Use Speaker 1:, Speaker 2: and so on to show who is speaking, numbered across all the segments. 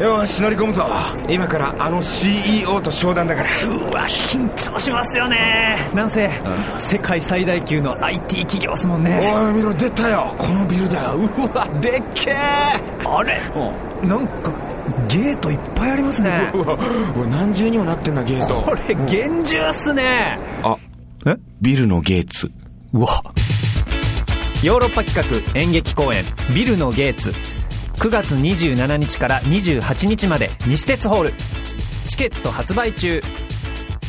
Speaker 1: よし乗り込むぞ今からあの CEO と商談だから
Speaker 2: うわ緊張しますよねなんせ世界最大級の IT 企業っすもんね
Speaker 1: おい見ろ出たよこのビルだようわでっけえ
Speaker 2: あれなんかゲートいっぱいありますね
Speaker 1: うわうわ何重にもなってんなゲー
Speaker 2: こ
Speaker 1: ト
Speaker 2: れ厳重っすね
Speaker 1: あ
Speaker 2: え
Speaker 1: ビルのゲーツ
Speaker 2: うわヨーロッパ企画演劇公演「ビルのゲーツ」9月27日から28日まで西鉄ホールチケット発売中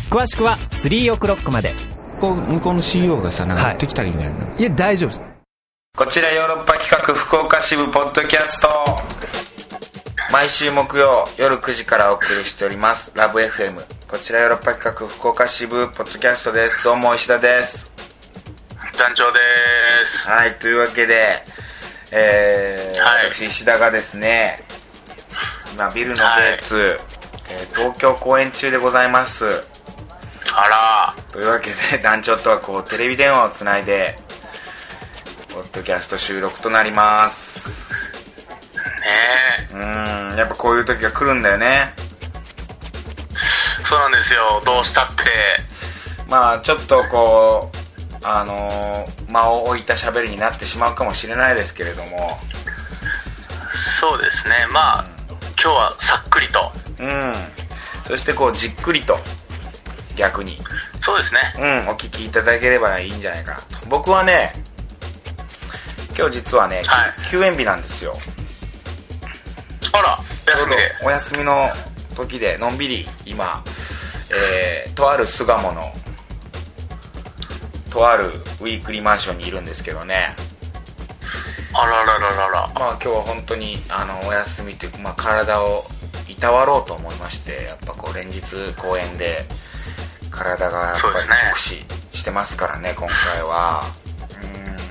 Speaker 2: 詳しくは3オクロックまで
Speaker 1: こう向こうの CEO がさなんか
Speaker 2: はい
Speaker 1: やってきたりみたいな、
Speaker 2: いや大丈夫です
Speaker 3: こちらヨーロッパ企画福岡支部ポッドキャスト毎週木曜夜9時からお送りしておりますラブ f m こちらヨーロッパ企画福岡支部ポッドキャストですどうも石田です
Speaker 4: 団長です。
Speaker 3: はいというわけで、えー
Speaker 4: はい
Speaker 3: 私石田がですね今ビルのゲーツ、えー東京公演中でございます
Speaker 4: あ
Speaker 3: というわけで 団長とはこうテレビ電話をつないでポッドキャスト収録となります
Speaker 4: ら、ね
Speaker 3: うーんやっぱこういう時が来るんだよね
Speaker 4: え。そうなんですよ。どうしたって。
Speaker 3: まあちょっとこうあのー間を置いた喋りになってしまうかもしれないですけれども
Speaker 4: そうですね。まあ、今日はさっくりと。
Speaker 3: うんそしてこうじっくりと逆に
Speaker 4: そうですね。
Speaker 3: うんお聞きいただければいいんじゃないかなと僕はね今日実はね、
Speaker 4: はい
Speaker 3: 休園日なんですよ
Speaker 4: あら、
Speaker 3: ちょ
Speaker 4: 休
Speaker 3: う
Speaker 4: みで。
Speaker 3: どお休みの時でのんびり今、えーとある巣鴨のとあるウィークリーマンションにいるんですけどね
Speaker 4: あららららら。
Speaker 3: まあ今日は本当にあのお休みというか、まあ、体をいたわろうと思いましてやっぱこう連日公演で体がやっぱ
Speaker 4: そう
Speaker 3: り
Speaker 4: ですね
Speaker 3: 酷使してますからね今回はうん
Speaker 4: なんか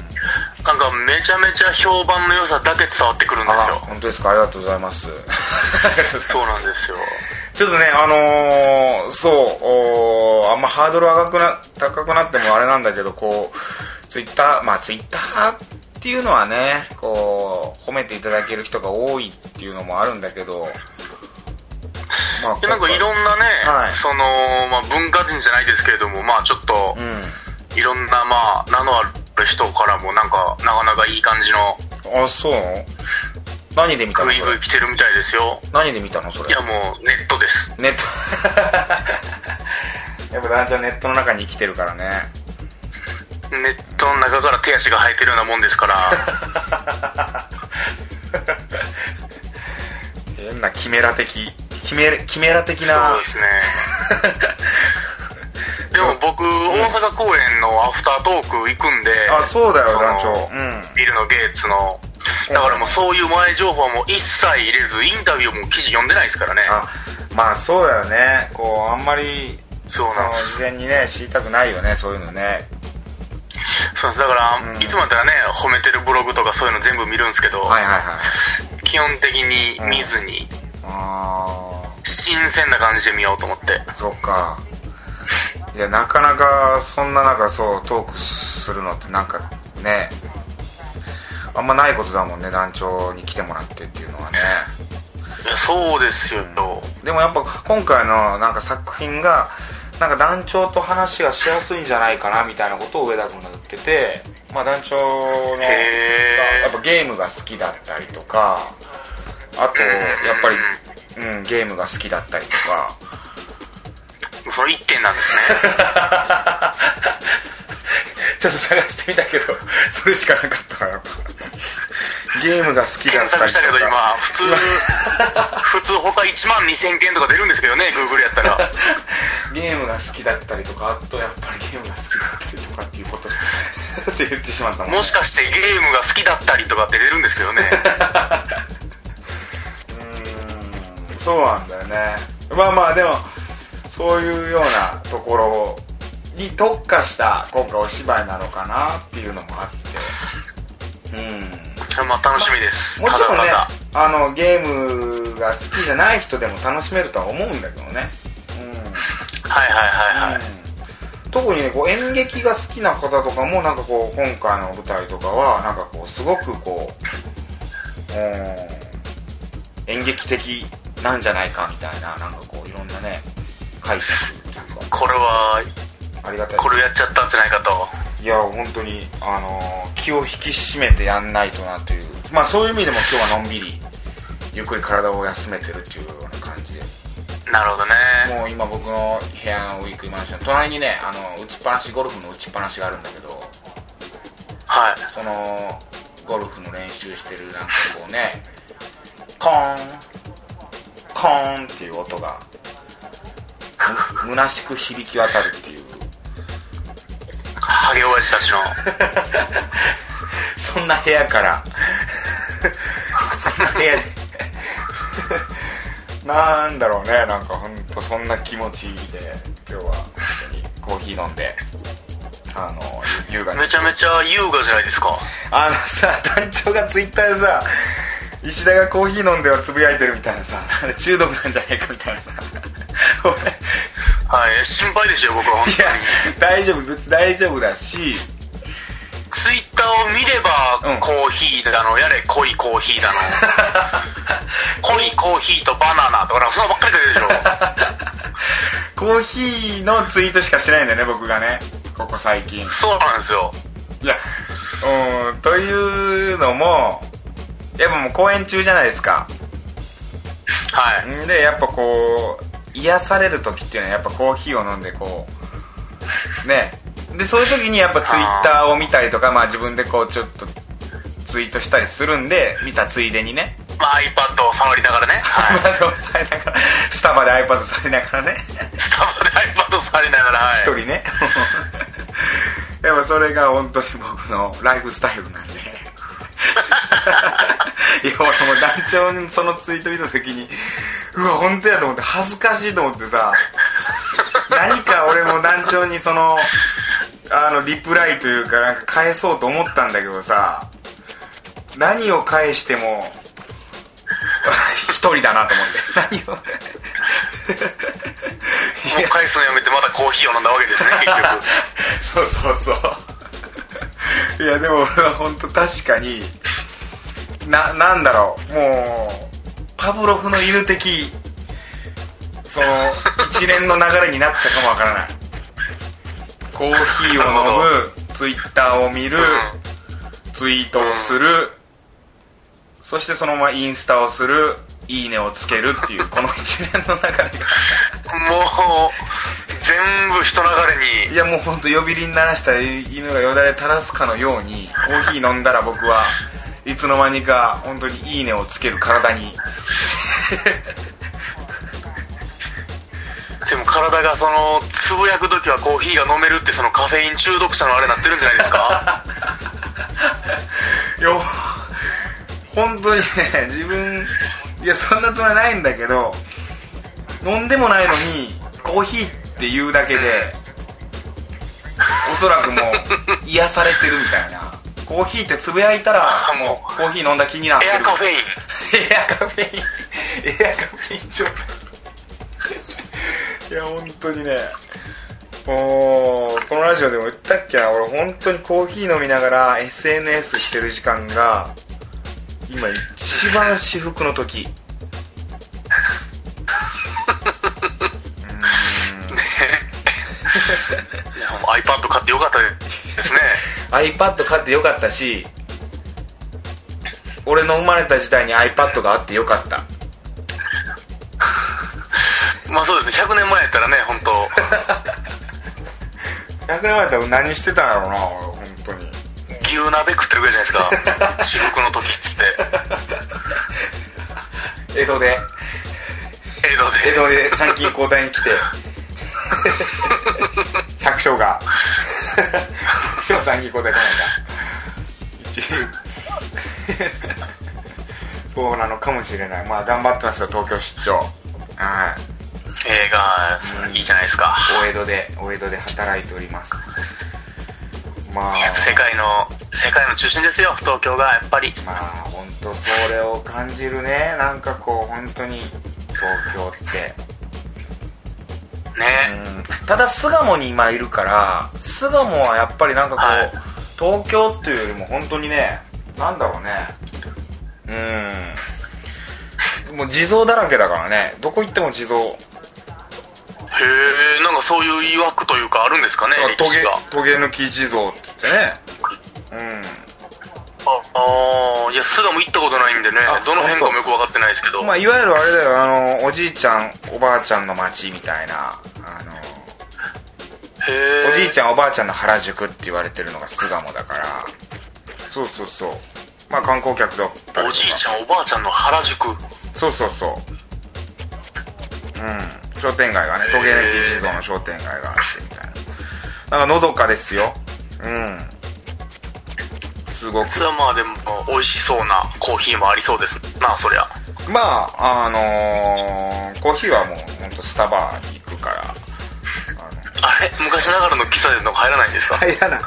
Speaker 4: めちゃめちゃ評判の良さだけ伝わってくるんで
Speaker 3: あ
Speaker 4: すよ。
Speaker 3: 本当ですかありがとうございます
Speaker 4: そうなんですよ。
Speaker 3: ちょっとねあのーそうおーあんまハードル上がくな高くなってもあれなんだけどこうツイッターまあツイッターっていうのはねこう褒めていただける人が多いっていうのもあるんだけどまあ
Speaker 4: いやなんかいろんなね、
Speaker 3: はい
Speaker 4: その、まあ文化人じゃないですけれども、まあちょっと、いろんなまあ名のある人からもなんか、なかなかいい感じの
Speaker 3: うんあそう何で見たの
Speaker 4: グイ
Speaker 3: そ
Speaker 4: グ
Speaker 3: れ
Speaker 4: イ来てるみたいですよ。
Speaker 3: 何で見たのそれ
Speaker 4: いやもうネットです。
Speaker 3: ネット やっぱ団長ネットの中に生きてるからね
Speaker 4: ネットの中から手足が生えてるようなもんです から
Speaker 3: 変なキメラ的キメキメラ的な
Speaker 4: そうです ねでも僕、大阪公演のアフタートーク行くんで
Speaker 3: あそうだよ
Speaker 4: その
Speaker 3: 団長うん
Speaker 4: ビルのゲイツのだからもうそういう前情報はもう一切入れずインタビューも記事読んでないですからね
Speaker 3: あまあそうだよねこうあんまり
Speaker 4: そう
Speaker 3: そ
Speaker 4: なん
Speaker 3: の
Speaker 4: です
Speaker 3: 事前にね知りたくないよねそういうのね
Speaker 4: そうなんですだから、
Speaker 3: うん
Speaker 4: いつもだったらね褒めてるブログとかそういうの全部見るんですけど、
Speaker 3: はいはいはい
Speaker 4: 基本的に見ずに
Speaker 3: あ
Speaker 4: 新鮮な感じで見ようと思って
Speaker 3: あそっかいやなかなかそんな中そうトークするのってなんかねあんまないことだもんね団長に来てもらってっていうのはね
Speaker 4: いやそうですよ、
Speaker 3: でもやっぱ今回のなんか作品がなんか団長と話がしやすいんじゃないかなみたいなことを上田君が言ってて、まあ、団長の
Speaker 4: へ
Speaker 3: や
Speaker 4: え
Speaker 3: っぱゲームが好きだったりとかあとやっぱり、うん、ゲームが好きだったりと か
Speaker 4: その一点なんですね
Speaker 3: ちょっと探してみたけどそれしかなかったからゲームが好きだ
Speaker 4: 検
Speaker 3: った
Speaker 4: 索
Speaker 3: り
Speaker 4: したけ
Speaker 3: と
Speaker 4: ど今
Speaker 3: か
Speaker 4: 普通普通他1万2000件とか出るんですけどね Google やったら
Speaker 3: ゲームが好きだったりとかあとやっぱりゲームが好きだったりとかって いうことって言ってしまったもんね
Speaker 4: もしかしてゲームが好きだったりとかって出るんですけどね
Speaker 3: うーんそうなんだよねまあまあでもそういうようなところに特化した今回お芝居なのかなっていうのもあってうん
Speaker 4: まあ楽しみで す
Speaker 3: も
Speaker 4: た
Speaker 3: ち
Speaker 4: だ
Speaker 3: ろん
Speaker 4: た
Speaker 3: ね
Speaker 4: だ
Speaker 3: あのゲームが好きじゃない人でも楽しめるとは思うんだけどね
Speaker 4: はい
Speaker 3: うん、
Speaker 4: はいはいはい、
Speaker 3: うん特にねこう演劇が好きな方とかもなんかこう今回の舞台とかはなんかこうすごくこううん演劇的なんじゃないかみたいな、なんかこう、いろんなね、解釈というか、
Speaker 4: これは、
Speaker 3: ありがたい。
Speaker 4: これやっちゃったんじゃないかと。
Speaker 3: いや、本当に、あのー気を引き締めてやんないとなという、まあそういう意味でも今日はのんびり、ゆっくり体を休めてるっていうような感じで、
Speaker 4: なるほどね。
Speaker 3: もう今僕の部屋のウィークリーマンション、隣にね、あの、打ちっぱなし、ゴルフの打ちっぱなしがあるんだけど、
Speaker 4: はい。
Speaker 3: その、ゴルフの練習してるなんかこうね、コーン、コーンっていう音が、む虚しく響き渡るっていう、
Speaker 4: ハゲ親父たちの。
Speaker 3: そんな部屋から、そんな部屋で、なんだろうね、なんかほんとそんな気持ちで、今日は本当にコーヒー飲んで、あの、ゆ優雅に
Speaker 4: めちゃめちゃ優雅じゃないですか。
Speaker 3: あのさ団長がツイッターでさ石田がコーヒー飲んではつぶやいてるみたいなさあれ中毒なんじゃないかみたいなさ俺
Speaker 4: はい。心配ですよ、僕は本
Speaker 3: い
Speaker 4: 当
Speaker 3: や
Speaker 4: に。
Speaker 3: 大丈夫別に大丈夫だし
Speaker 4: ツイッターを見れば、
Speaker 3: うん
Speaker 4: コーヒーだの、やれ濃いコー ヒーだの、濃いコーヒーとバナナとか、そんなばっかり出てるでしょ。
Speaker 3: コーヒーのツイートしかしないんだよね僕がねここ最近
Speaker 4: そうなんですよ。
Speaker 3: いやうんというのもやっぱもう公演中じゃないですか
Speaker 4: はい。
Speaker 3: んでやっぱこう癒される時っていうのはやっぱコーヒーを飲んでこうねでそういう時にやっぱツイッターを見たりとかまあ自分でこうちょっとツイートしたりするんで見たついでにね
Speaker 4: まあ iPad を触りながらね。 はい。
Speaker 3: iPad を触りながらスタバで iPad 触りながらね
Speaker 4: スタバで iPad を触りながら、はい。
Speaker 3: 一人ね やっぱそれが本当に僕のライフスタイ ルなんでいや俺もう団長にそのツイート見た時にうわ本当やと思って恥ずかしいと思ってさ何か俺も団長にそのあのリプライというかなんか返そうと思ったんだけどさ何を返しても一人だなと思 って何を
Speaker 4: もう返すのやめてまたコーヒーを飲んだわけですね、結局。
Speaker 3: そうそうそういやでも俺は本当確かにななんだろうもうパブロフの犬的その一連の流れになってたかもわからないコーヒーを
Speaker 4: な
Speaker 3: 飲むツイッターを見る、
Speaker 4: う
Speaker 3: ツイートをする、そしてそのままインスタをするいいねをつけるっていうこの一連の流れが
Speaker 4: ん。もう、全部人流れ
Speaker 3: い
Speaker 4: に、
Speaker 3: やもう本当呼び鈴鳴らしたら犬がよだれ垂らすかのようにコーヒー飲んだら僕はいつの間にか本当にいいねをつける体に
Speaker 4: でも体がその、つぶやくときはコーヒーが飲めるって、そのカフェイン中毒者のあれになってるんじゃないで すか
Speaker 3: よ本当にね自分いやそんなつもりないんだけど飲んでもないのにコーヒーって言うだけでおそらくも う癒されてるみたいなコーヒーってつぶやいたら
Speaker 4: あもう
Speaker 3: もうコーヒー飲んだ気になって
Speaker 4: エ
Speaker 3: る
Speaker 4: アカフェイン。
Speaker 3: エアカフェインエアカフェイン状態いや本当にねもうこのラジオでも言ったっけな俺本当にコーヒー飲みながら SNS してる時間が今一番至福の時
Speaker 4: いやもう iPad 買ってよかったですね。
Speaker 3: iPad 買ってよかったし俺の生まれた時代に iPad があってよかった
Speaker 4: まあそうですね、100年前やったらね、本当
Speaker 3: 100年前だったら何してたんだろうな俺本当に
Speaker 4: 牛鍋食ってるぐらいじゃないです か。至福の時っつって。
Speaker 3: 江戸で
Speaker 4: 江戸
Speaker 3: 江
Speaker 4: で。
Speaker 3: 戸で参勤交代に来て百姓が百姓参勤交代来ないんだ一そうなのかもしれないまあ頑張ってますよ東京出張はい
Speaker 4: 映画、いいじゃないですか。
Speaker 3: 大江戸で大江戸で働いておりますまあ
Speaker 4: 世界の、世界の中心ですよ、東京が、やっぱり。
Speaker 3: まあ本当それを感じるねなんかこう本当に東京って
Speaker 4: ね。
Speaker 3: ただ巣鴨に今いるから巣鴨はやっぱりなんかこう、東京っていうよりも本当にねなんだろうねうんもう地蔵だらけだからねどこ行っても地蔵
Speaker 4: へえなんかそういう曰くというかあるんですかね
Speaker 3: ト
Speaker 4: 歴史が
Speaker 3: ゲトゲ抜き地蔵って言ってねうん
Speaker 4: ああーいや巣鴨行ったことないんでね
Speaker 3: あ
Speaker 4: どの辺かもよく分かってないですけど、
Speaker 3: まあ、いわゆるあれだよ、あの、おじいちゃん、おばあちゃんの町みたいな、あの、
Speaker 4: へえ
Speaker 3: おじいちゃん、おばあちゃんの原宿って言われてるのが巣鴨だから、そうそうそう。まあ、観光客だったりとか
Speaker 4: おじいちゃんおばあちゃんの原宿
Speaker 3: そうそうそう。うん。商店街がね、トゲネキ地蔵の商店街があってみたいな。なんか、のどかですよ。うん。すごく。
Speaker 4: 巣鴨はでも美味しそうなコーヒーもありそうですなそりゃ
Speaker 3: まあ、あのーコーヒーはもう、ほんとスタバに行くから、あの、
Speaker 4: あれ昔ながらの喫茶店とか入らないんですか、
Speaker 3: 入らない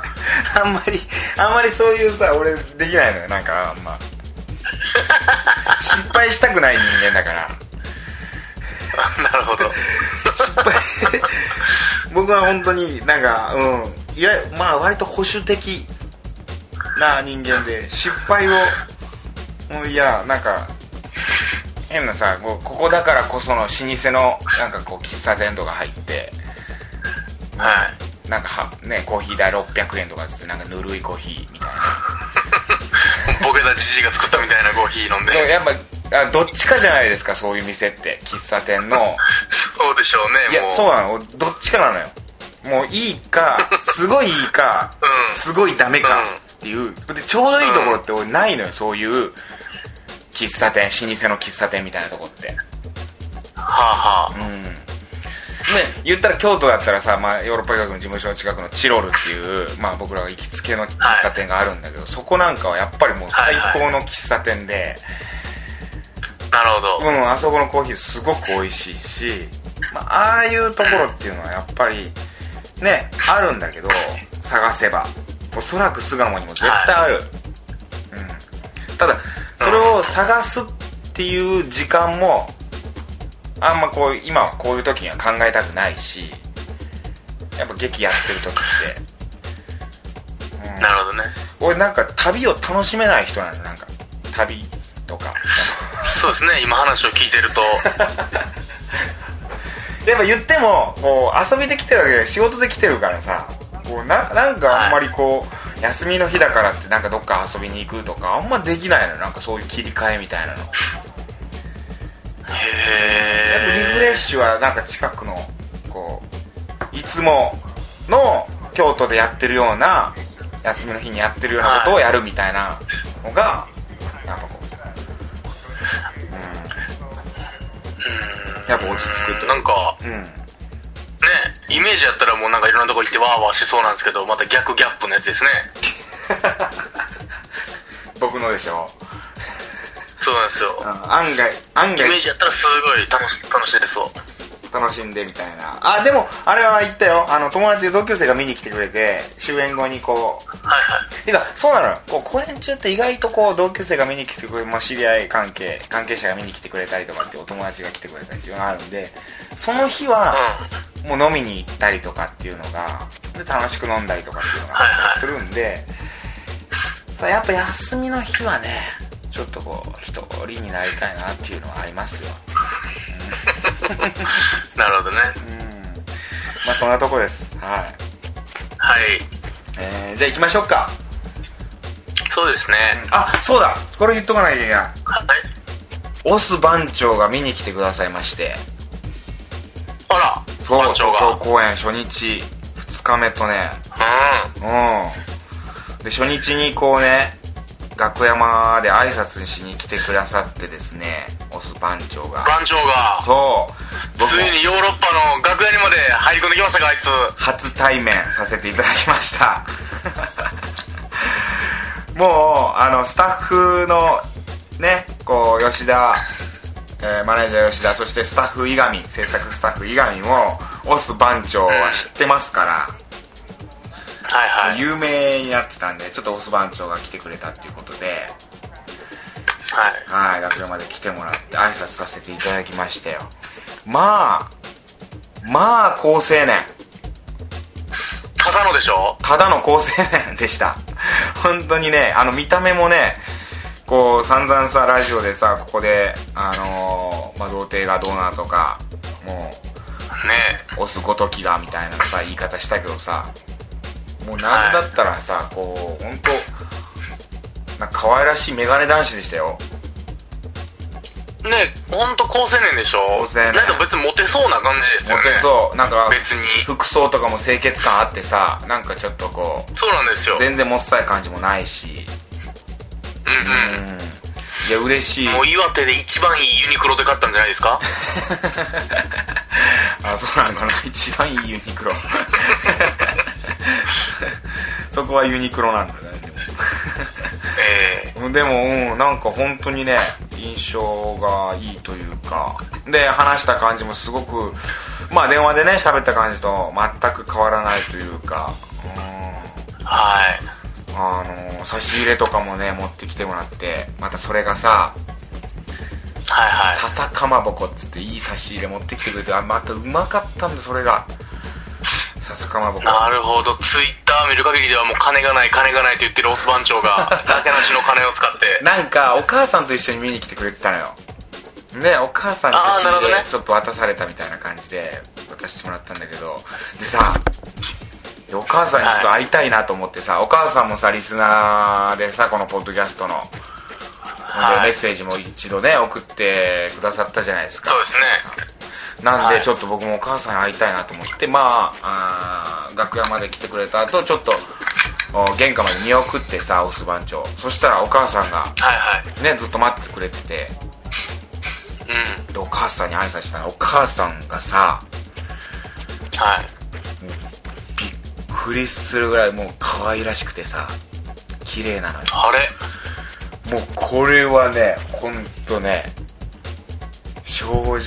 Speaker 3: あんまりあんまりそういうさ俺できないのよなんかあん ま失敗したくない人間だから
Speaker 4: なるほど
Speaker 3: 失敗 僕は本当になんかうんいやまあ割と保守的な人間で失敗をうんいやなんか変なさこうここだからこその老舗のなんかこう喫茶店とか入って
Speaker 4: はい
Speaker 3: なんかはねコーヒー代600円とかっつってなんかぬるいコーヒーみたいな
Speaker 4: ボケたじじいが作ったみたいなコーヒー飲んで
Speaker 3: そうやっぱあどっちかじゃないですかそういう店って喫茶店の
Speaker 4: そうでしょう
Speaker 3: い
Speaker 4: ねも
Speaker 3: や
Speaker 4: う
Speaker 3: そうなのどっちかなのよもういいかすごいいいか、
Speaker 4: うん
Speaker 3: すごいダメかっていうでちょうどいいところって俺ないのよそういう喫茶店老舗の喫茶店みたいなとこって
Speaker 4: はあはあ
Speaker 3: うんね言ったら京都だったらさ、まあ、ヨーロッパ医学の事務所の近くのチロルっていう、まあ、僕らが行きつけの喫茶店があるんだけど、そこなんかはやっぱりもう最高の喫茶店で、
Speaker 4: なるほど、
Speaker 3: うん、あそこのコーヒーすごく美味しいし、まあ、ああいうところっていうのはやっぱりねあるんだけど探せばおそらく巣鴨にも絶対ある、うん、ただそれを探すっていう時間もあんまこう今はこういう時には考えたくないしやっぱ劇やってる時って、うん、
Speaker 4: なるほどね
Speaker 3: 俺なんか旅を楽しめない人なんだなんか旅とか
Speaker 4: そうですね今話を聞いてると
Speaker 3: やっぱ言ってもこう遊びできてるわけで仕事できてるからさこうななんかあんまりこう、休みの日だからってなんかどっか遊びに行くとかあんまできないのよなんかそういう切り替えみたいなの、やっぱリフレ
Speaker 4: へ
Speaker 3: ッシュはなんか近くのこういつもの京都でやってるような休みの日にやってるようなことをやるみたいなのがやっぱこうやっぱ落ち着く
Speaker 4: え
Speaker 3: と
Speaker 4: なんか
Speaker 3: うん
Speaker 4: ねイメージやったらもうなんかいろんなとこ行ってわーわーしそうなんですけどまた逆ギャップのやつですね
Speaker 3: 僕のでしょ
Speaker 4: そうなんですよ
Speaker 3: 案外案
Speaker 4: イメ
Speaker 3: 外
Speaker 4: ージやったらすごい楽し楽しいですわ
Speaker 3: 楽しんでみたいなあでもあれは言ったよあの友達同級生が見に来てくれて終演後にこう
Speaker 4: はいはい
Speaker 3: てかそうなのよこう公演中って意外とこう同級生が見に来てくれ、まあ、知り合い関係関係者が見に来てくれたりとかってお友達が来てくれたりっていうのがあるんでその日は
Speaker 4: うん
Speaker 3: もう飲みに行ったりとかっていうのがで楽しく飲んだりとかっていうのがあったりするんでさやっぱ休みの日はねちょっとこう一人になりたいなっていうのはありますよ
Speaker 4: なるほどね
Speaker 3: うんまあそんなとこですはい
Speaker 4: はい
Speaker 3: えーじゃあ行きましょうか、
Speaker 4: そうですね、
Speaker 3: あそうだこれ言っとかなきゃいけない
Speaker 4: はい
Speaker 3: オス番長が見に来てくださいまして
Speaker 4: あら
Speaker 3: そう
Speaker 4: 番長が
Speaker 3: 東京公演初日2日目とねうん
Speaker 4: う
Speaker 3: で初日にこうね楽屋まで挨拶しに来てくださってですねオス番長
Speaker 4: ん
Speaker 3: が
Speaker 4: 番長が
Speaker 3: そう僕
Speaker 4: つ
Speaker 3: も
Speaker 4: いにヨーロッパの楽屋にまで入り込んできましたかあいつ
Speaker 3: 初対面させていただきました もうあのスタッフのねこう吉田、えーマネージャー吉田そしてスタッフ伊上制作スタッフ伊上もオス番長は知ってますか
Speaker 4: はい
Speaker 3: ら、
Speaker 4: はい
Speaker 3: 有名になってたんでちょっとオス番長が来てくれたっていうことで
Speaker 4: はい
Speaker 3: はい楽屋まで来てもらって挨拶させていただきましたよまあまあ好青年
Speaker 4: ただのでしょ
Speaker 3: ただの好青年でした。本当にね、あの見た目もね、こう散々さラジオでさここであのーまあ童貞がどうなとかも
Speaker 4: ね
Speaker 3: う押すごときがみたいなさ言い方したけどさもうなんだったらさこう本当なんか可愛らしいメガネ男子でしたよ
Speaker 4: え。ねえ、ほんと高青年でしょ
Speaker 3: 高青年
Speaker 4: なんか別にモテそうな感じですよ
Speaker 3: モ
Speaker 4: ね。
Speaker 3: テそうなんか
Speaker 4: 別に。
Speaker 3: 服装とかも清潔感あってさなんかちょっとこ
Speaker 4: そうなんですよ。
Speaker 3: う
Speaker 4: うん
Speaker 3: 全然もっさい感じもないしうん
Speaker 4: う
Speaker 3: いや嬉しい
Speaker 4: ん。もう岩手で一番いいユニクロで買ったんじゃないで すか
Speaker 3: あそうなのかな一番いいユニクロそこはユニクロなんだね
Speaker 4: え
Speaker 3: でもでも、うん、なんか本当にね印象がいいというかで話した感じもすごくまあ電話でね喋った感じと全く変わらないというかうん
Speaker 4: えはい。
Speaker 3: あの差し入れとかもね持ってきてもらってまたそれがさ
Speaker 4: はいはい。
Speaker 3: 笹かまぼこっつっていい差し入れ持ってきてくれてあまたうまかったんだそれが笹かまぼこ
Speaker 4: なるほど、ツイッター見る限りではもう金がない、金がないと言ってるオス番 長が、なけなしの金を使って、
Speaker 3: なんかお母さんと一緒に見に来てくれてたのよねお母さんに差し
Speaker 4: あーなる
Speaker 3: 入
Speaker 4: ほど
Speaker 3: れ
Speaker 4: ね
Speaker 3: ちょっと渡されたみたいな感じで渡してもらったんだけどでさでお母さんにちょっと会いたいなと思ってさお母さんもさリスナーでさこのポッドキャストの、
Speaker 4: はい
Speaker 3: メッセージも一度ね送ってくださったじゃないですか
Speaker 4: そうですね。
Speaker 3: なん
Speaker 4: は
Speaker 3: で
Speaker 4: い
Speaker 3: ちょっと僕もお母さんに会いたいなと思ってまああー楽屋まで来てくれた後ちょっとお玄関まで見送ってさオス番長そしたらお母さんが
Speaker 4: はいはい。
Speaker 3: ねずっと待っててくれてて
Speaker 4: うん。
Speaker 3: でお母さんに挨拶したらお母さんがさ
Speaker 4: はい。
Speaker 3: びっくりするぐらいもう可愛らしくてさ綺麗なのよ
Speaker 4: あれ
Speaker 3: もうこれはねほんとね正直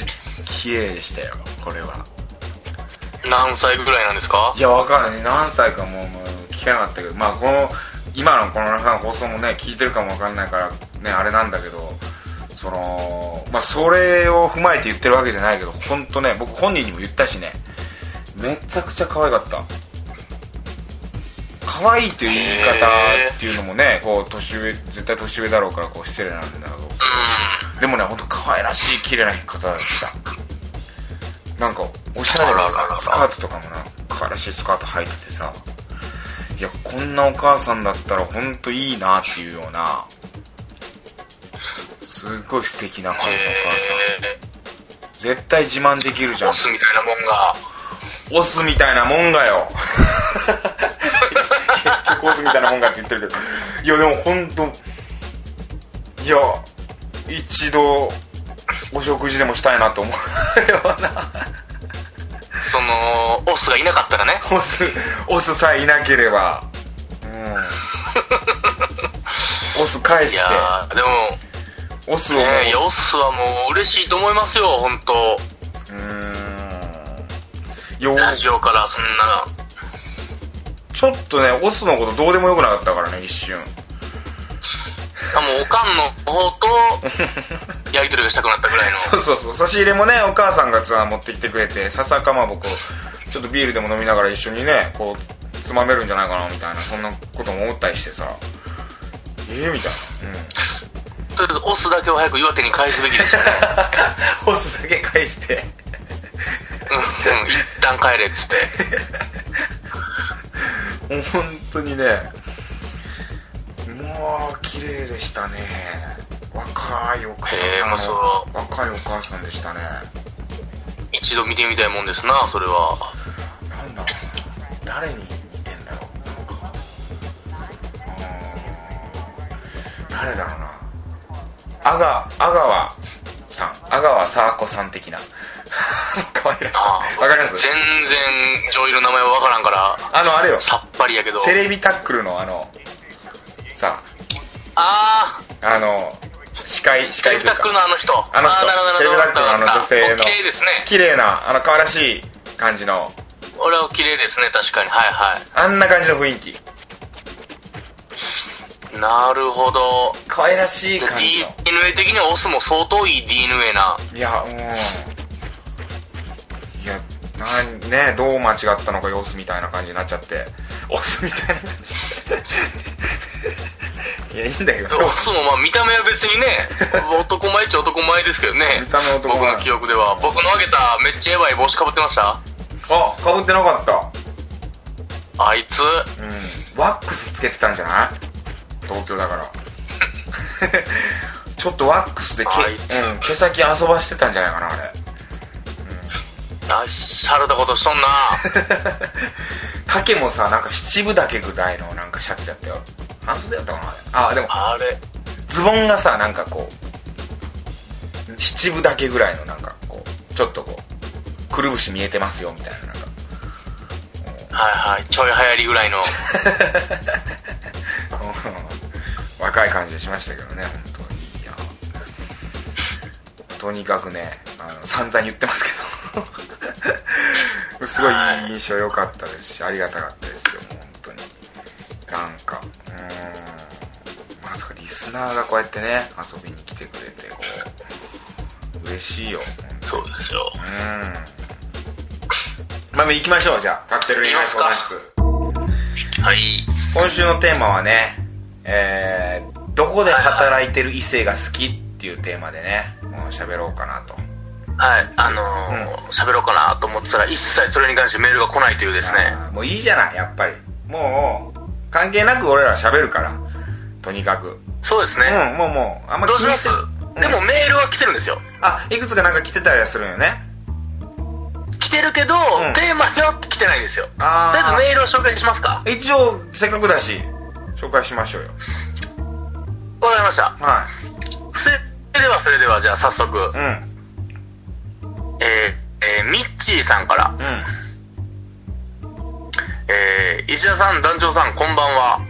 Speaker 3: 綺麗でしたよこれは
Speaker 4: 何歳ぐらいなんですか
Speaker 3: いや、わかんない。何歳かもうもう聞けなかったけど、まあ、この、今のこの放送もね、聞いてるかもわかんないから、ね、あれなんだけど、その、まあ、それを踏まえて言ってるわけじゃないけど、ほんとね、僕本人にも言ったしね、めちゃくちゃ可愛かった。可愛いという言い方っていうのもね、こう、年上、絶対年上だろうから、こう、失礼なんだろう
Speaker 4: う
Speaker 3: でもね、ほんと可愛らしい、綺麗な方でした。なんか、おしゃれ
Speaker 4: あら
Speaker 3: な
Speaker 4: ららら
Speaker 3: さ、スカートとかもな、可愛らしいスカート履いててさ、いや、こんなお母さんだったらほんといいなっていうような、すっごい素敵な感じのお
Speaker 4: ん。へ
Speaker 3: 母
Speaker 4: え。
Speaker 3: さん。絶対自慢できるじゃん
Speaker 4: ボ。スみたいなもんが、
Speaker 3: オスみたいなもんがよ。結局オスみたいなもんがって言ってるけど。いや、でもほんと、いや、一度、お食事でもしたいなと思うような。
Speaker 4: その、オスがいなかったらね。
Speaker 3: オス、オスさえいなければ。うん。オス返
Speaker 4: い
Speaker 3: し
Speaker 4: やー、でも、
Speaker 3: て。オスをもう、
Speaker 4: ねえ、いやオスはもう嬉しいと思いますよ、本当
Speaker 3: うーん。よ
Speaker 4: ラジオからそんな、
Speaker 3: ちょっとね、オスのことどうでもよくなかったからね、一瞬。
Speaker 4: あもうおかんの方 と、やりとりがしたくなったぐらいの。
Speaker 3: そうそうそう差し入れもねお母さんがツアー持ってきてくれて笹かまぼこちょっとビールでも飲みながら一緒にねこうつまめるんじゃないかなみたいなそんなことも思ったりしてさええみたい
Speaker 4: とりあえず、オスだけを早く岩手に返すべきでし たね。
Speaker 3: なうんホスだけ返して
Speaker 4: うん、うん一旦帰れっつって。
Speaker 3: もう本当にねもう綺麗でしたね若いお母さん、
Speaker 4: ええもうそう
Speaker 3: 若いお母さんでしたね
Speaker 4: 一度見てみたいもんですな、それは。
Speaker 3: なんだろうな誰に言ってんだろうなんかうーん誰だろうな阿川阿川さん阿川佐和子さん的な 可愛らしいわかります
Speaker 4: 全然、女優の名前はわからんから、
Speaker 3: あのあれよ
Speaker 4: さっぱりやけど。
Speaker 3: テレビタックルのあのさ
Speaker 4: あ
Speaker 3: あの司会司
Speaker 4: ー、テレ
Speaker 3: 会
Speaker 4: ビ
Speaker 3: という
Speaker 4: タックル
Speaker 3: か
Speaker 4: のあの人。
Speaker 3: あの
Speaker 4: ーなるほど
Speaker 3: 人テレビタックルのあの女
Speaker 4: なるほど
Speaker 3: 性の
Speaker 4: お綺麗ですね。
Speaker 3: 綺麗なあの可愛らしい感じの
Speaker 4: 俺は綺麗ですね、確かに。はいは
Speaker 3: あんな感じの雰囲気
Speaker 4: い。なるほど。
Speaker 3: 可愛らしい
Speaker 4: で
Speaker 3: 感じの
Speaker 4: DNA 的にはオスも相当いい DNA な。
Speaker 3: いや、うん。いや、なんね、どう間違ったのか様子みたいな感じになっちゃって、オスみたいな感じ。いや、いいんだよ。
Speaker 4: おそうまあ見た目は別にね 男前っちゃ男前ですけどね
Speaker 3: 見た目男前
Speaker 4: 僕の記憶では僕のあげためっちゃやばい帽子かぶってました
Speaker 3: あ、かぶってなかった。
Speaker 4: あいつ
Speaker 3: うん。ワックスつけてたんじゃない東京だから。 ちょっとワックスでけ、
Speaker 4: あ
Speaker 3: う
Speaker 4: いつ
Speaker 3: ん、毛先遊ばしてたんじゃないかな、あれ。
Speaker 4: あしゃれたことしとん な
Speaker 3: 丈もさ、なんか七分丈ぐらいのなんかシャツやったよ。半袖やったかな、あれ。あ、でも、
Speaker 4: あれ
Speaker 3: ズボンがさ、なんかこう、七分丈ぐらいのなんかこう、ちょっとこう、くるぶし見えてますよ、みたいな、なんか。
Speaker 4: はいはいちょい流行りぐらいの
Speaker 3: うん 若い感じがしましたけどね本当にいいやとにかくねあの散々言ってますけど すごいいい印象良かったですしありがたかったですよもう本当になんかうーんまさかリスナーがこうやってね遊びに来てくれてこう嬉しいよ
Speaker 4: そうですよ
Speaker 3: うんまあ行きましょうじゃあ立ってる恋愛相談室
Speaker 4: はい
Speaker 3: 今週のテーマはね、えー、どこで働いてる異性が好きっていうテーマでね、もう喋ろうかなと。
Speaker 4: はいあのー喋、ろうかなと思ってたら一切それに関してメールが来ないというですね
Speaker 3: あーもういいじゃない、やっぱり。もう、関係なく俺ら喋るから。とにかく。
Speaker 4: そうですね、
Speaker 3: うん、もうもう、あんま
Speaker 4: どうしま
Speaker 3: う
Speaker 4: す、
Speaker 3: ん
Speaker 4: でもメールは来てるんですよ
Speaker 3: あ、いくつかなんか来てたりはするんよね。
Speaker 4: 来てるけど、
Speaker 3: うん
Speaker 4: テーマには来てないんですよとり
Speaker 3: あー
Speaker 4: あえずメールを紹介しますか
Speaker 3: 一応、せっかくだし、紹介しましょうよ。
Speaker 4: わかりました
Speaker 3: は
Speaker 4: それではそれではじゃあ早速、
Speaker 3: い。うん、
Speaker 4: えーえーミッチーさんか
Speaker 3: う
Speaker 4: ら、
Speaker 3: ん。
Speaker 4: えー石田さん団長さんこんばんは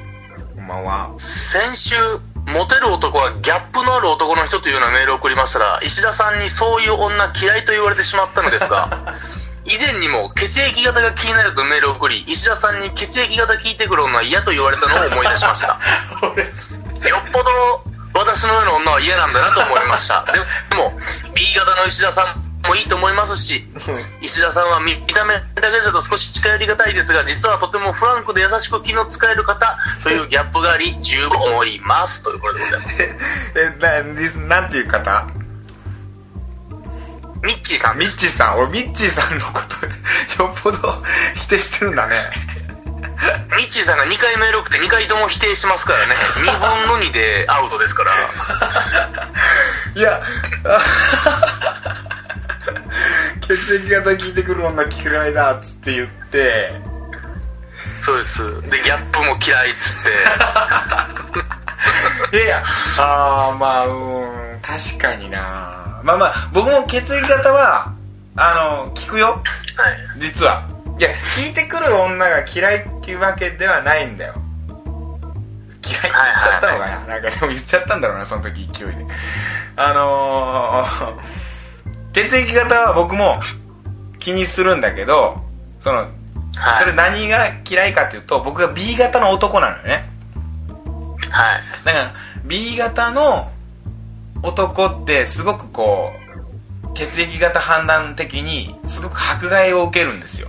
Speaker 3: こんばんは。
Speaker 4: 先週モテる男はギャップのある男の人というようなメールを送りましたら石田さんにそういう女嫌いと言われてしまったのですが以前にも血液型が気になるとメールを送り石田さんに血液型聞いてくる女は嫌と言われたのを思い出しました
Speaker 3: 俺、
Speaker 4: よっぽど私のような女は嫌なんだなと思い ましたででも B 型の石田さんもいいと思いますし石田さんは見見た目だけだと少し近寄りがたいですが実はとてもフランクで優しく気の使える方というギャップがあり十分思いますということでございます
Speaker 3: え、な、リスなんていう方
Speaker 4: ミッチーさん
Speaker 3: ミ
Speaker 4: で
Speaker 3: ッ
Speaker 4: す
Speaker 3: チーさん、俺ミッチーさんのこと、 よっぽど否定してるんだね。
Speaker 4: ミッチーさんが2回メール送って2回とも否定しますからね2分の2でアウトですから
Speaker 3: いや、 血液型聞いてくる女嫌いだっつって言って、
Speaker 4: そうですでギャップも嫌いっつっ
Speaker 3: いやいや、あー、まあ、うーん、確かになまあまあ、僕も血液型は、あの、聞くよ、
Speaker 4: てはい
Speaker 3: 実 は。いや、聞いてくる女が嫌いっていうわけではないんだよ。嫌いって言っちゃったのかな、なんかでも言っちゃったんだろうな、その時勢いで。あのー、血液型は僕も気にするんだけど、その、
Speaker 4: はい
Speaker 3: それ何が嫌いかっていうと、僕が B 型の男なのよね。
Speaker 4: はい
Speaker 3: だから B 型の男ってすごくこう血液型判断的にすごく迫害を受けるんですよ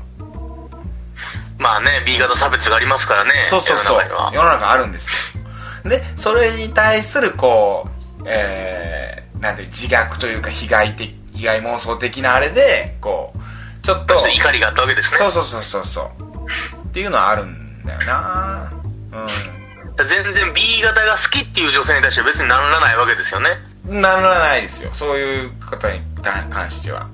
Speaker 4: まあね B 型差別がありますからね
Speaker 3: そうそうそう
Speaker 4: 世の中には
Speaker 3: 世の中あるんですよでそれに対するこうえー、なんていう自虐というか被害的被害妄想的なあれでこうちょっと
Speaker 4: ちょっと怒りがあったわけですね
Speaker 3: そうそうそうそうそうっていうのはあるんだよなう
Speaker 4: 全然 B 型が好きっていう女性に対して別にならないわけですよね
Speaker 3: んならないですよそういう方に関関しては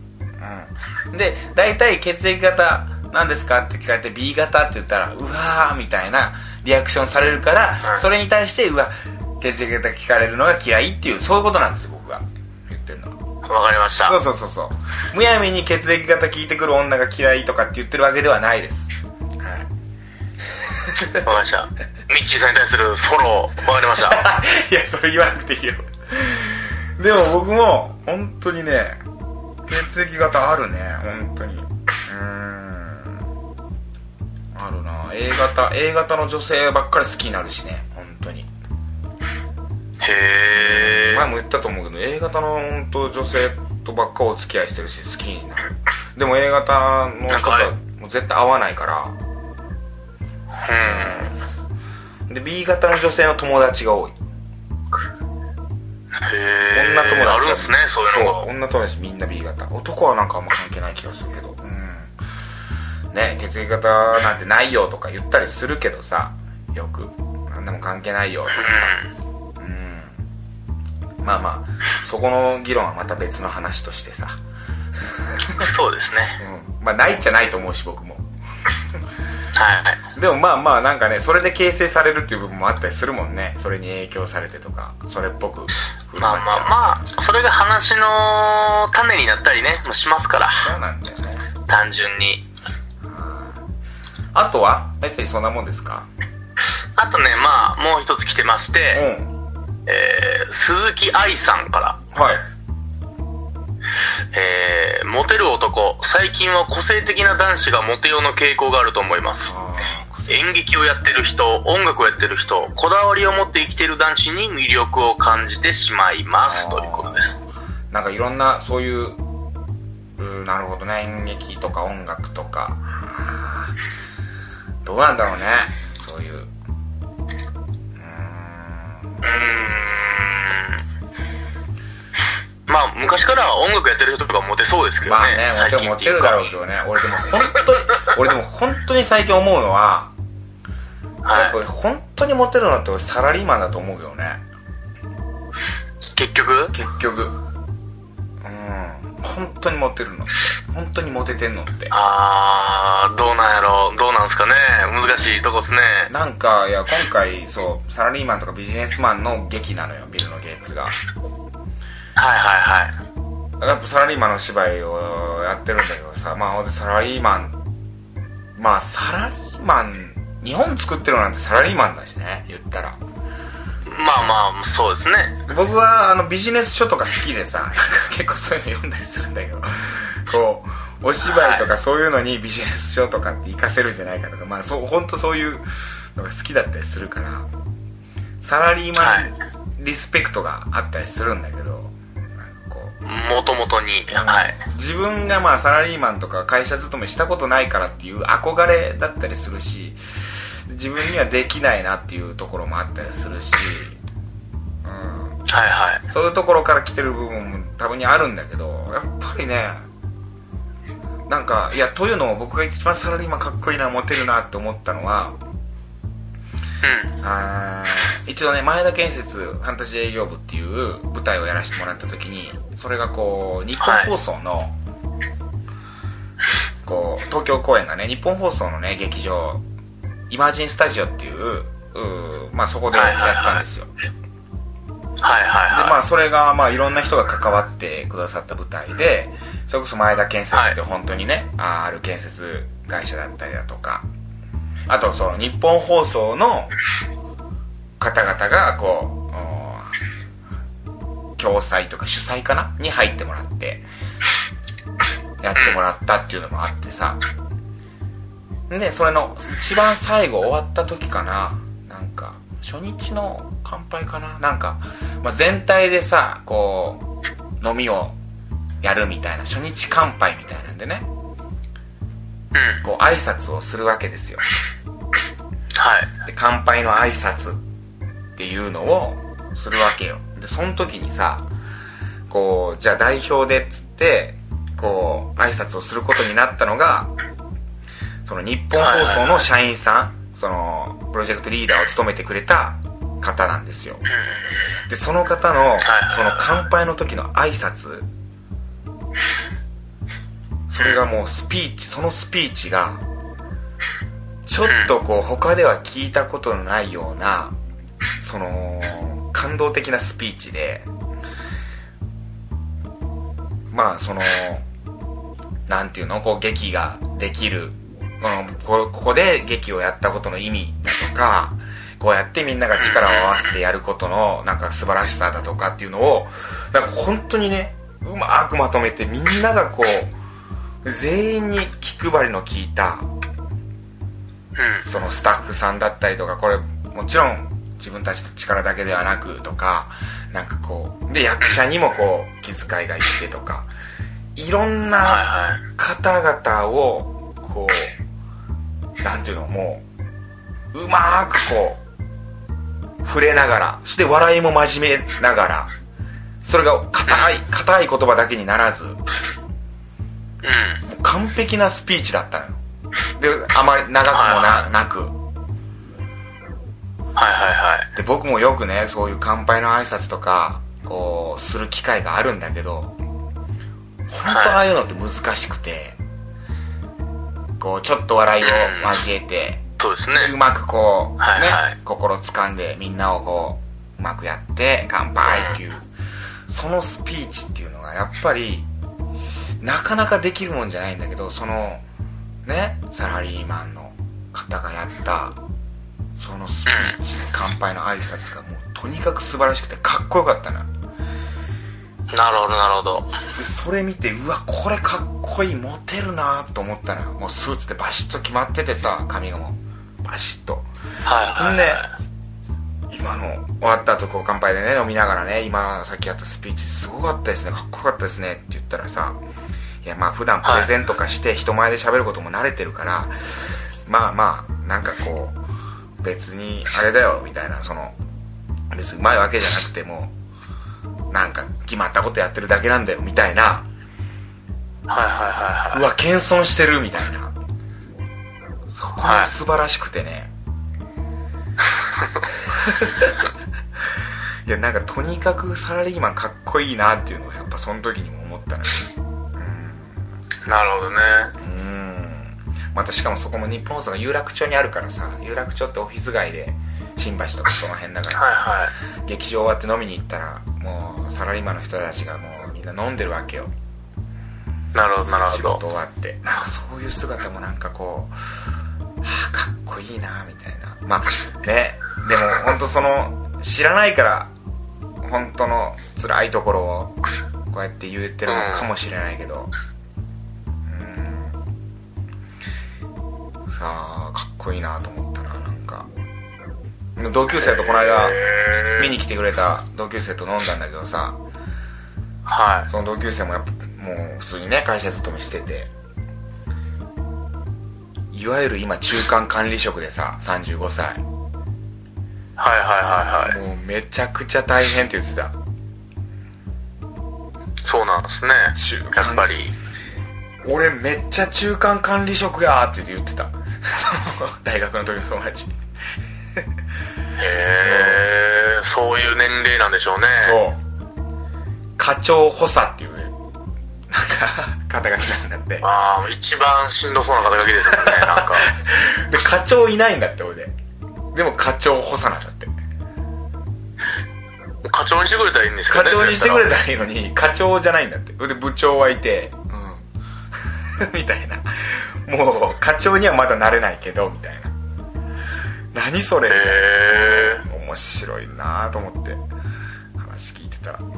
Speaker 3: うん、で大体血液型何ですかって聞かれて B 型って言ったらうわーみたいなリアクションされるから、
Speaker 4: はい
Speaker 3: それに対してうわ血液型聞かれるのが嫌いっていうそういうことなんですよ僕が言ってるのは
Speaker 4: わかりました
Speaker 3: そうそうそうそうむやみに血液型聞いてくる女が嫌いとかって言ってるわけではないです、はい
Speaker 4: わかりましたミッチーさんに対するフォローわかりました
Speaker 3: いや、それ言わなくていいよ。でも僕も、本当にね、血液型あるね、本当に。うーん。あるな A 型、A 型の女性ばっかり好きになるしね、本当に。
Speaker 4: へえ
Speaker 3: 前も言ったと思うけど、A 型の本当女性とばっかお付き合いしてるし、好きになる。でも A 型の人とはもう絶対合わないから。
Speaker 4: うん
Speaker 3: で、B 型の女性の友達が多い。
Speaker 4: へ
Speaker 3: 女友達
Speaker 4: あるんですね、そうい
Speaker 3: そう
Speaker 4: うのが。
Speaker 3: 女友達みんな B 型男はなんかあんま関係ない気がするけどうんね血液型なんてないよとか言ったりするけどさよく何でも関係ないよとかさうんまあまあそこの議論はまた別の話としてさ、
Speaker 4: うん、そうですね。
Speaker 3: うん、まあないっちゃないと思うし僕も
Speaker 4: はい。
Speaker 3: でもまあまあなんかねそれで形成されるっていう部分もあったりするもんねそれに影響されてとかそれっぽく振る
Speaker 4: ま
Speaker 3: 舞
Speaker 4: あ
Speaker 3: っち
Speaker 4: ま
Speaker 3: ゃう
Speaker 4: あまあ、それが話の種になったりね、もうしますから、
Speaker 3: そうなんだよね
Speaker 4: 単純に。
Speaker 3: あとはメッセージそんなもんですか
Speaker 4: あとね、まあ、もう一つ来てまし
Speaker 3: う
Speaker 4: て、
Speaker 3: ん
Speaker 4: えー鈴木愛さんから、
Speaker 3: はい
Speaker 4: えーモテる男、最近は個性的な男子がモテようの傾向があると思います。演劇をやってる人、音楽をやってる人、こだわりを持って生きてる男子に魅力を感じてしまいます、ということです。
Speaker 3: なんかいろんなそういううーなるほどね演劇とか音楽とかどうなんだろうねそういううーん
Speaker 4: うーん。まあ、昔から音楽やってる人とかモテそうですけど
Speaker 3: まあ
Speaker 4: ね、
Speaker 3: ねも
Speaker 4: 最
Speaker 3: ちろん
Speaker 4: 近
Speaker 3: 持
Speaker 4: っ
Speaker 3: ってて
Speaker 4: いう
Speaker 3: る
Speaker 4: か。
Speaker 3: だろうけどね俺でも本当 に俺でも本当に最近思うのは、やっ
Speaker 4: は
Speaker 3: ぱ本当にモテるのって俺サラリーマンだと思うよね
Speaker 4: い。結局、
Speaker 3: 結局うん本当にモテるのって本当にモテてんのって
Speaker 4: あー、どうなんやろどうなんすかね。難しいとこっすね。
Speaker 3: なんかいや今回そうサラリーマンとかビジネスマンの劇なのよビルのゲイツが
Speaker 4: はいはいはい。
Speaker 3: やっぱサラリーマンの芝居をやってるんだけどさまあほんとサラリーマンまあサラリーマン日本作ってるのなんてサラリーマンだしね言ったら
Speaker 4: まあまあ、そうですね。
Speaker 3: 僕はあのビジネス書とか好きでさなん か結構そういうの読んだりするんだけどこうお芝居とかそういうのにビジネス書とかって活かせるんじゃないかとかまあそう本当そういうのが好きだったりするからサラリーマンリスペクトがあったりするんだけどなんかこう
Speaker 4: もともとに。はい。
Speaker 3: 自分がまあサラリーマンとか会社勤めしたことないからっていう憧れだったりするし自分にはできないなっていうところもあったりするし、う
Speaker 4: はいはい。
Speaker 3: ん、そういうところから来てる部分も多分にあるんだけどやっぱりねなんかいやというのも僕が一番サラリーマンかっこいいなモテるなって思ったのは
Speaker 4: うん。
Speaker 3: あー一度ね前田建設ファンタジー営業部っていう舞台をやらせてもらった時にそれがこう日本放送の、こう東京公演がね日本放送のね劇場イマジンスタジオっていううーまあ、そこでやったんですよ、
Speaker 4: はいは
Speaker 3: で
Speaker 4: い
Speaker 3: ま
Speaker 4: は
Speaker 3: あそれがまあいろんな人が関わってくださった舞台でそれこそ前田建設って本当にね、あーある建設会社だったりだとかあとその日本放送の方々がこううん共催とか主催かなに入ってもらってやってもらったっていうのもあってさでそれの一番最後終わった時かななんか初日の乾杯かななんか、まあ、全体でさこう飲みをやるみたいな初日乾杯みたいなんでね
Speaker 4: い。うん。
Speaker 3: こう挨拶をするわけですよ
Speaker 4: はい。
Speaker 3: で乾杯の挨拶っていうのをするわけよでその時にさこうじゃあ代表でっつってこう挨拶をすることになったのがその日本放送の社員さんそのプロジェクトリーダーを務めてくれた方なんですよでその方のその乾杯の時の挨拶それがもうスピーチそのスピーチがちょっとこう他では聞いたことのないようなその感動的なスピーチでまあそのなんていうのこう劇ができるこのこここで劇をやったことの意味だとかこうやってみんなが力を合わせてやることのなんか素晴らしさだとかっていうのをなんか本当にねうまくまとめてみんながこう全員に気配りの効いた
Speaker 4: うん。
Speaker 3: そのスタッフさんだったりとかこれもちろん自分たちの力だけではなくとかなんかこうで役者にもこう気遣いがいってとかいろんな
Speaker 4: はいはい。
Speaker 3: 方々をこうなんていうのもううまーくこう触れながらそして笑いも真面目ながらそれが硬い硬い言葉だけにならずも
Speaker 4: うん。
Speaker 3: う完璧なスピーチだったのよであまり長くもななく
Speaker 4: はいはいはい。
Speaker 3: で僕もよくねそういう乾杯の挨拶とかこうする機会があるんだけど本当ああいうのって難しくてこうちょっと笑いを交えて
Speaker 4: そうですね。
Speaker 3: うまくこう、
Speaker 4: はいはい
Speaker 3: ね心掴んでみんなをこううまくやって乾杯っていうそのスピーチっていうのがやっぱりなかなかできるもんじゃないんだけどそのねサラリーマンの方がやったそのスピーチ乾杯の挨拶がもうとにかく素晴らしくてかっこよかったな
Speaker 4: なるほどなるほど。
Speaker 3: でそれ見てうわこれかっこいいモテるなと思ったなもうスーツでバシッと決まっててさ髪がもうバシッと
Speaker 4: はいはい、はい。
Speaker 3: ね今の終わった後こう乾杯でね飲みながらね今さっきやったスピーチすごかったですねかっこよかったですねって言ったらさいやまあ普段プレゼンとかして人前で喋ることも慣れてるから、まあまあなんかこう別にあれだよみたいなその別にうまいわけじゃなくてもなんか決まったことやってるだけなんだよみたいな
Speaker 4: はいはいはいは
Speaker 3: うわ謙遜してるみたいなそこが素晴らしくて ね、い、やなんかとにかくサラリーマンかっこいいなっていうのをやっぱその時にも思ったね
Speaker 4: い。なるほどね。
Speaker 3: うんまたしかもそこも日本放送が有楽町にあるからさ有楽町ってオフィス街で新橋とかその辺だから
Speaker 4: はい
Speaker 3: さ
Speaker 4: はい。
Speaker 3: 劇場終わって飲みに行ったらもうサラリーマンの人たちがもうみんな飲んでるわけよ
Speaker 4: なるほどなるほ
Speaker 3: 仕
Speaker 4: ど
Speaker 3: 事。終わってなんかそういう姿もなんかこう、はあ、かっこいいなみたいなまあねでも本当その知らないから本当の辛いところをこうやって言ってるのかもしれないけどうんさあかっこいいなと思ったななんか同級生とこの間
Speaker 4: へー
Speaker 3: 見に来てくれた同級生と飲んだんだけどさ
Speaker 4: はい。
Speaker 3: その同級生もやっぱもう普通にね会社勤めしてていわゆる今中間管理職でさ35歳も
Speaker 4: はいはいはいはい。
Speaker 3: うめちゃくちゃ大変って言ってた
Speaker 4: そうなんですね。
Speaker 3: 中間
Speaker 4: やっぱり。
Speaker 3: 俺めっちゃ中間管理職やーって言ってた その大学の時の友達
Speaker 4: へえ、そういう年齢なんでしょうね。
Speaker 3: そう課長補佐っていうなんか肩書きなんだって
Speaker 4: ああ、一番しんどそうな肩書きですもんね、なん か。
Speaker 3: で課長いないんだって俺ででも課長補佐なんだって
Speaker 4: 課長にしてくれたらいいんですけ
Speaker 3: 課
Speaker 4: どね。
Speaker 3: 長にしてくれ
Speaker 4: そ
Speaker 3: たらいいのに課長じゃないんだってで部長はいて、うん、 みたいなもう課長にはまだなれないけどみたいな何それ
Speaker 4: れたらへえ。
Speaker 3: 面白いなと思って話聞いてたら、うん、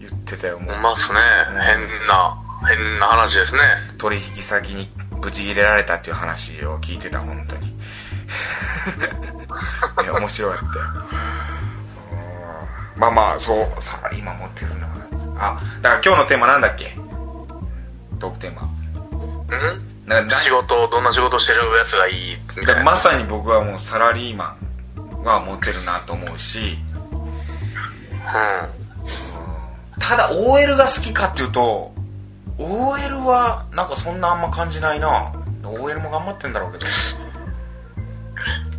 Speaker 3: 言ってたよもう
Speaker 4: ほんまっすね。変な、変な話ですね。
Speaker 3: 取引先にブチ切れられたっていう話を聞いてた本 当にいや面白かったようんまあまあそうサラリーマン持ってるんだからあだから今日のテーマなんだっけトークテーマ
Speaker 4: ん
Speaker 3: だから
Speaker 4: 仕事、どんな仕事してるやつがいいみ
Speaker 3: だか
Speaker 4: たい
Speaker 3: ら
Speaker 4: な。
Speaker 3: まさに僕はもうサラリーマンは持ってるなと思うし
Speaker 4: うん。
Speaker 3: ただ OL が好きかっていうと OL はなんかそんなあんま感じないな OL も頑張ってんだろうけど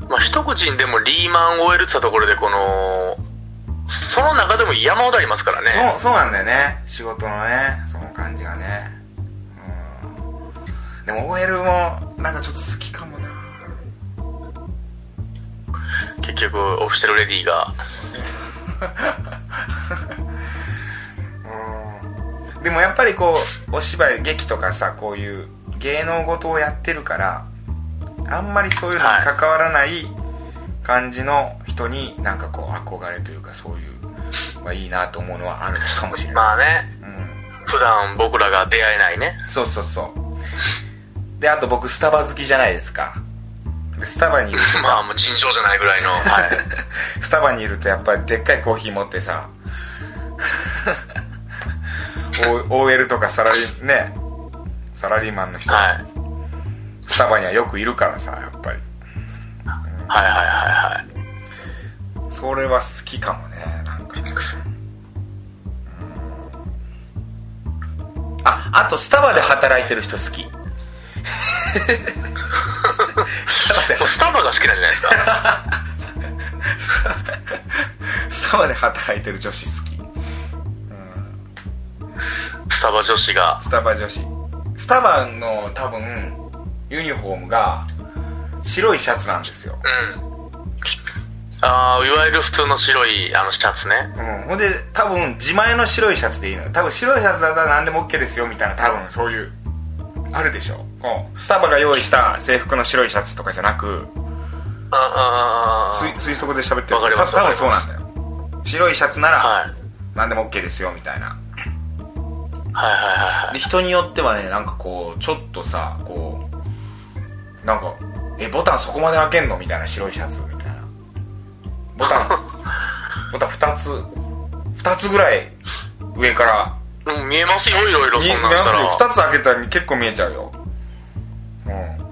Speaker 4: まあ、一口にでもリーマンを終えるって言ったところで、この、その中でも山ほどありますからね。
Speaker 3: そうそうなんだよね仕事のねその感じがねうんでも OL もなんかちょっと好きかもな
Speaker 4: 結局、オフィシャルレディーが。
Speaker 3: うんでもやっぱりこうお芝居劇とかさこういう芸能事をやってるからあんまりそういうのに関わらない感じの人になんかこう憧れというかそういう、まあ、いいなと思うのはあるのかもしれない、
Speaker 4: まあね、
Speaker 3: うん
Speaker 4: 普段僕らが出会えない ね。
Speaker 3: そうそうそうであと僕スタバ好きじゃないですかでスタバにいると
Speaker 4: まあ、
Speaker 3: さ
Speaker 4: もう尋常じゃないぐらいの。はい。
Speaker 3: スタバにいるとやっぱりでっかいコーヒー持ってさ O- OL とかサラリねサラリーマンの人、
Speaker 4: はい。
Speaker 3: スタバにはよくいるからさやっぱり
Speaker 4: はいはいはいはい。
Speaker 3: それは好きかもねなんかああとスタバで働いてる人好 き
Speaker 4: もうスタバが好きなんじゃないですか
Speaker 3: スタバで働いてる女子好き
Speaker 4: スタバ女子が
Speaker 3: スタバ女子スタバの多分ユニフォームが白いシャツなんですよ、
Speaker 4: うんああいわゆる普通の白いあのシャツね
Speaker 3: うん、ほんで多分自前の白いシャツでいいのよ多分白いシャツだったら何でも OK ですよみたいな多分そういうあるでしょこうスタバが用意した制服の白いシャツとかじゃなく
Speaker 4: あああ
Speaker 3: 推推測で喋ってる
Speaker 4: わかります
Speaker 3: た多分そうなんだよ白いシャツな
Speaker 4: はい
Speaker 3: ら何でも OK ですよみたいな
Speaker 4: はいはいはいはい
Speaker 3: で人によってはねなんかこうちょっとさこうなんかえボタンそこまで開けんのみたいな白いシャツみたいなボ タンボタン2つ2つぐらい上から
Speaker 4: うん見えますよいろいろ
Speaker 3: 見
Speaker 4: そ
Speaker 3: 見
Speaker 4: ん
Speaker 3: ま
Speaker 4: な
Speaker 3: す
Speaker 4: んしたら
Speaker 3: よ2つ開けたら結構見えちゃうよ、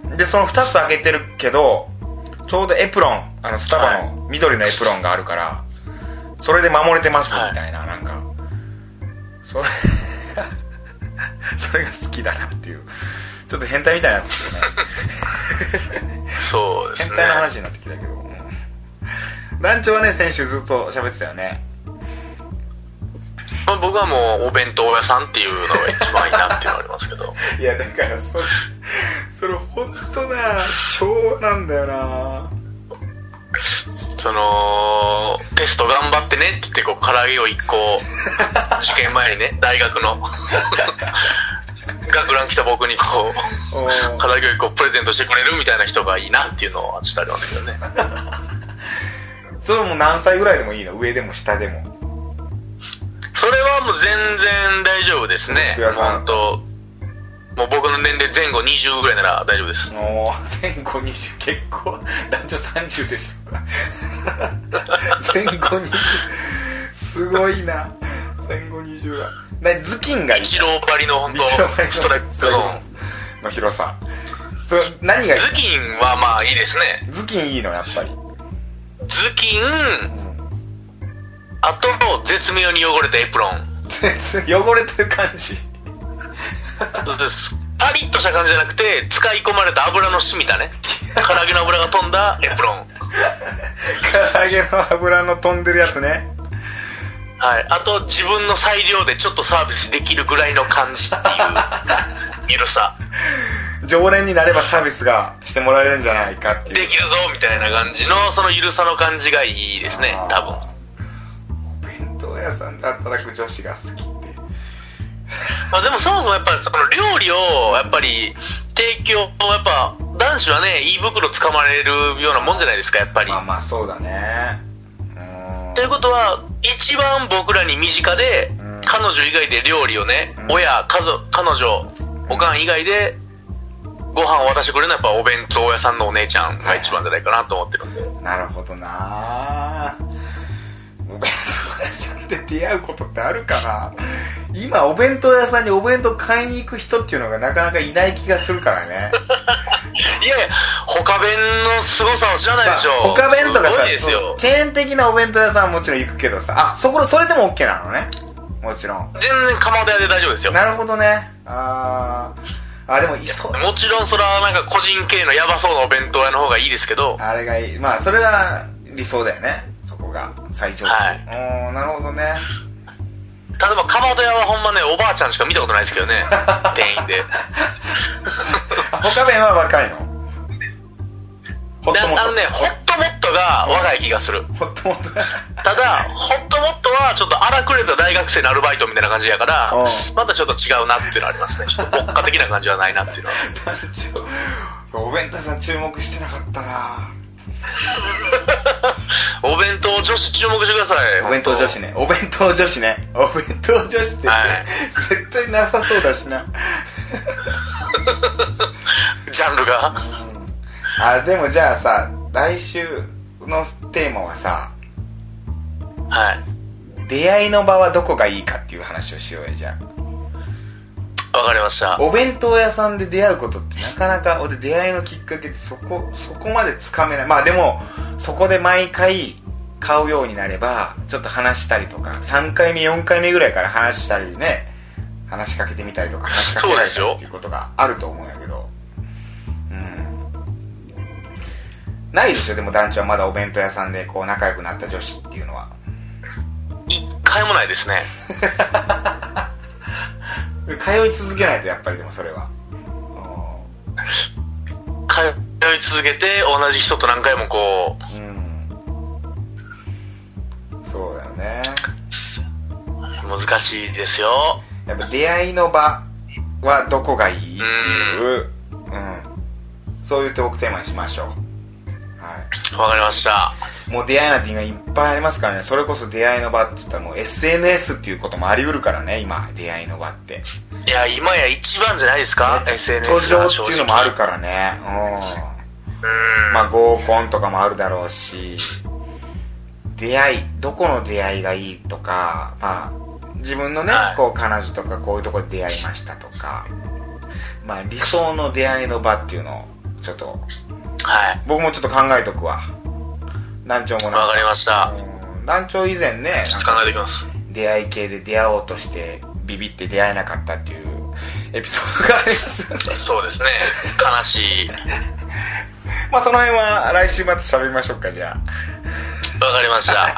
Speaker 3: うん、でその2つ開けてるけどちょうどエプロンあのスタバの緑のエプロンがあるから、それで守れてます
Speaker 4: はい
Speaker 3: みたいな、なんかそれ それが好きだなっていうちょっと変態みたいになってきてね
Speaker 4: そうです
Speaker 3: 変
Speaker 4: ね
Speaker 3: 態の話になってきたけど、うん、団長はね先週ずっと喋ってたよね
Speaker 4: まあ僕はもうお弁当屋さんっていうのが一番いいなっていうのはあります けど
Speaker 3: いやだからそそれ本当な昭和なんだよな
Speaker 4: そのテスト頑張ってねって言ってこう唐揚げを1個受験前にね大 学の学ラン来た僕にこう
Speaker 3: おー
Speaker 4: 唐揚げを1個プレゼントしてくれるみたいな人がいいなっていうのはちょっとありますけどね
Speaker 3: それも何歳ぐらいでもいいの上でも下でも
Speaker 4: それはもう全然大丈夫ですね
Speaker 3: お弁当屋さん
Speaker 4: 本当もう僕の年齢前後20ぐらいなら大丈夫です
Speaker 3: もう前後20結構男女30でしょ前後20すごいな前後20はだから頭巾がいい
Speaker 4: 一郎張りの本当
Speaker 3: 一郎張りの
Speaker 4: ストライクゾーン
Speaker 3: の広さそれ何がいい
Speaker 4: 頭巾はまあいいですね
Speaker 3: 頭巾いいのやっぱり
Speaker 4: 頭巾、あと、絶妙に汚れたエプロン。
Speaker 3: 全然汚れてる感じ
Speaker 4: そうですパリッとした感じじゃなくて、使い込まれた油の染みたね。唐揚げの油が飛んだエプロン。
Speaker 3: 唐揚げの油の飛んでるやつね
Speaker 4: はい。あと、自分の裁量でちょっとサービスできるぐらいの感じ っていう、ゆるさ。
Speaker 3: 常連になればサービスがしてもらえるんじゃないかっていう
Speaker 4: できるぞみたいな感じの、そのゆるさの感じがいいですね、多分。
Speaker 3: お弁当屋さんで働く女子が好きって
Speaker 4: まあでもそもそもやっぱりその料理をやっぱり提供やっぱ男子はね胃袋つかまれるようなもんじゃないですかやっぱり。
Speaker 3: まあまあそうだねうーん
Speaker 4: ということは一番僕らに身近で
Speaker 3: ん
Speaker 4: 彼女以外で料理をね、
Speaker 3: ん
Speaker 4: 親家族彼女おかん以外でご飯を渡してくれるのはやっぱお弁当屋さんのお姉ちゃんが一番じゃないかなと思ってるんで、
Speaker 3: なるほどなお弁当屋さんで出会うことってあるかな今お弁当屋さんにお弁当買いに行く人っていうのがなかなかいない気がするからね
Speaker 4: い、やいや他弁の凄さを知らないでしょ、
Speaker 3: まあ他弁とか
Speaker 4: す
Speaker 3: さ
Speaker 4: ごいですよ
Speaker 3: チェーン的なお弁当屋さんはもちろん行くけどさあそこそれでも OK なのねもちろん
Speaker 4: 全然鎌田屋で大丈夫ですよ
Speaker 3: なるほどねあーあでもいそう
Speaker 4: もちろんそれはなんか個人経営のヤバそうなお弁当屋の方がいいですけど、
Speaker 3: あれがいいまあそれは理想だよねそこが最上級、
Speaker 4: はい
Speaker 3: おーなるほどね
Speaker 4: 例えば鎌田屋はほんまね、おばあちゃんしか見たことないですけど ね、店員で。
Speaker 3: あ他弁は若いのホットモッ
Speaker 4: な
Speaker 3: ト
Speaker 4: あのね、ホットモットが若い気がする。
Speaker 3: ホットモットが
Speaker 4: ただ、ホットモットはちょっと荒くれた大学生のアルバイトみたいな感じやから
Speaker 3: うん、
Speaker 4: またちょっと違うなっていうのはありますね。ちょっと牧歌的な感じはないなっていうのは。
Speaker 3: お弁当屋さん注目してなかったな
Speaker 4: お弁当女子注目してください。
Speaker 3: お弁当女子ねお弁当女子ねお弁当女子って、
Speaker 4: はい
Speaker 3: 絶対なさそうだしな
Speaker 4: ジャンルが。
Speaker 3: あでもじゃあさ来週のテーマはさ
Speaker 4: はい。
Speaker 3: 出会いの場はどこがいいかっていう話をしようよじゃあ
Speaker 4: わかりました。
Speaker 3: お弁当屋さんで出会うことってなかなか俺出会いのきっかけでそこそこまでつかめないまあでもそこで毎回買うようになればちょっと話したりとか3回目4回目ぐらいから話したりね話しかけてみたりとか話しかけられた
Speaker 4: そうです
Speaker 3: り
Speaker 4: よ
Speaker 3: っていうことがあると思うんやけどうんないですよでも団長はまだお弁当屋さんでこう仲良くなった女子っていうのは
Speaker 4: 一回もないですね。
Speaker 3: 通い続けないとやっぱりでもそれは
Speaker 4: 通い続けて、同じ人と何回もこう、
Speaker 3: うんそうだよね
Speaker 4: 難しいですよ。
Speaker 3: やっぱ出会いの場はどこがいいっていう、うん、そういうトークテーマにしましょう、は
Speaker 4: わかりました。
Speaker 3: い、もう出会いなんて今いっぱいありますからねそれこそ出会いの場って言ったらもう SNS っていうこともあり得るからね今出会いの場って
Speaker 4: いや、今や一番じゃないですか、SNS
Speaker 3: 途上
Speaker 4: が
Speaker 3: って
Speaker 4: 正直
Speaker 3: いうのもあるからね、うん、まあ合コンとかもあるだろうし出会いどこの出会いがいいとかまあ自分のね、
Speaker 4: はい
Speaker 3: こう彼女とかこういうとこで出会いましたとかまあ理想の出会いの場っていうのをちょっと
Speaker 4: はい。
Speaker 3: 僕もちょっと考えとくわ団長も
Speaker 4: わかりました。
Speaker 3: うん団長以前ね
Speaker 4: ちょっと考えておきます。
Speaker 3: 出会い系で出会おうとしてビビって出会えなかったっていうエピソードがあります よね
Speaker 4: そうですね。悲しい。わ
Speaker 3: まあその辺は来週また喋りましょうかじゃあ
Speaker 4: かり ました。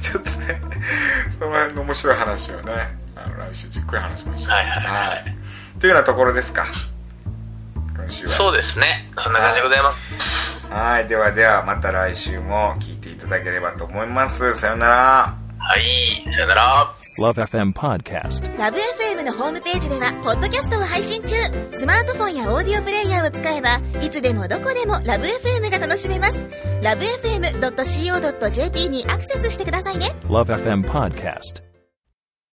Speaker 3: ちょっとねその辺の面白い話をねあの来週じっくり話しましょう
Speaker 4: はいはいはいはい
Speaker 3: というようなところですか今週は
Speaker 4: そうですね。そんな感じでございます。
Speaker 3: はいではではまた来週も聞いていただければと思いますさようなら
Speaker 4: はい。さよなら。
Speaker 5: Love FM Podcast.
Speaker 6: ラブ f m のホームページではポッドキャストを配信中スマートフォンやオーディオプレイヤーを使えばいつでもどこでもラブ f m が楽しめますラブ FM.co.jp にアクセスしてくださいね
Speaker 5: Love FM Podcast.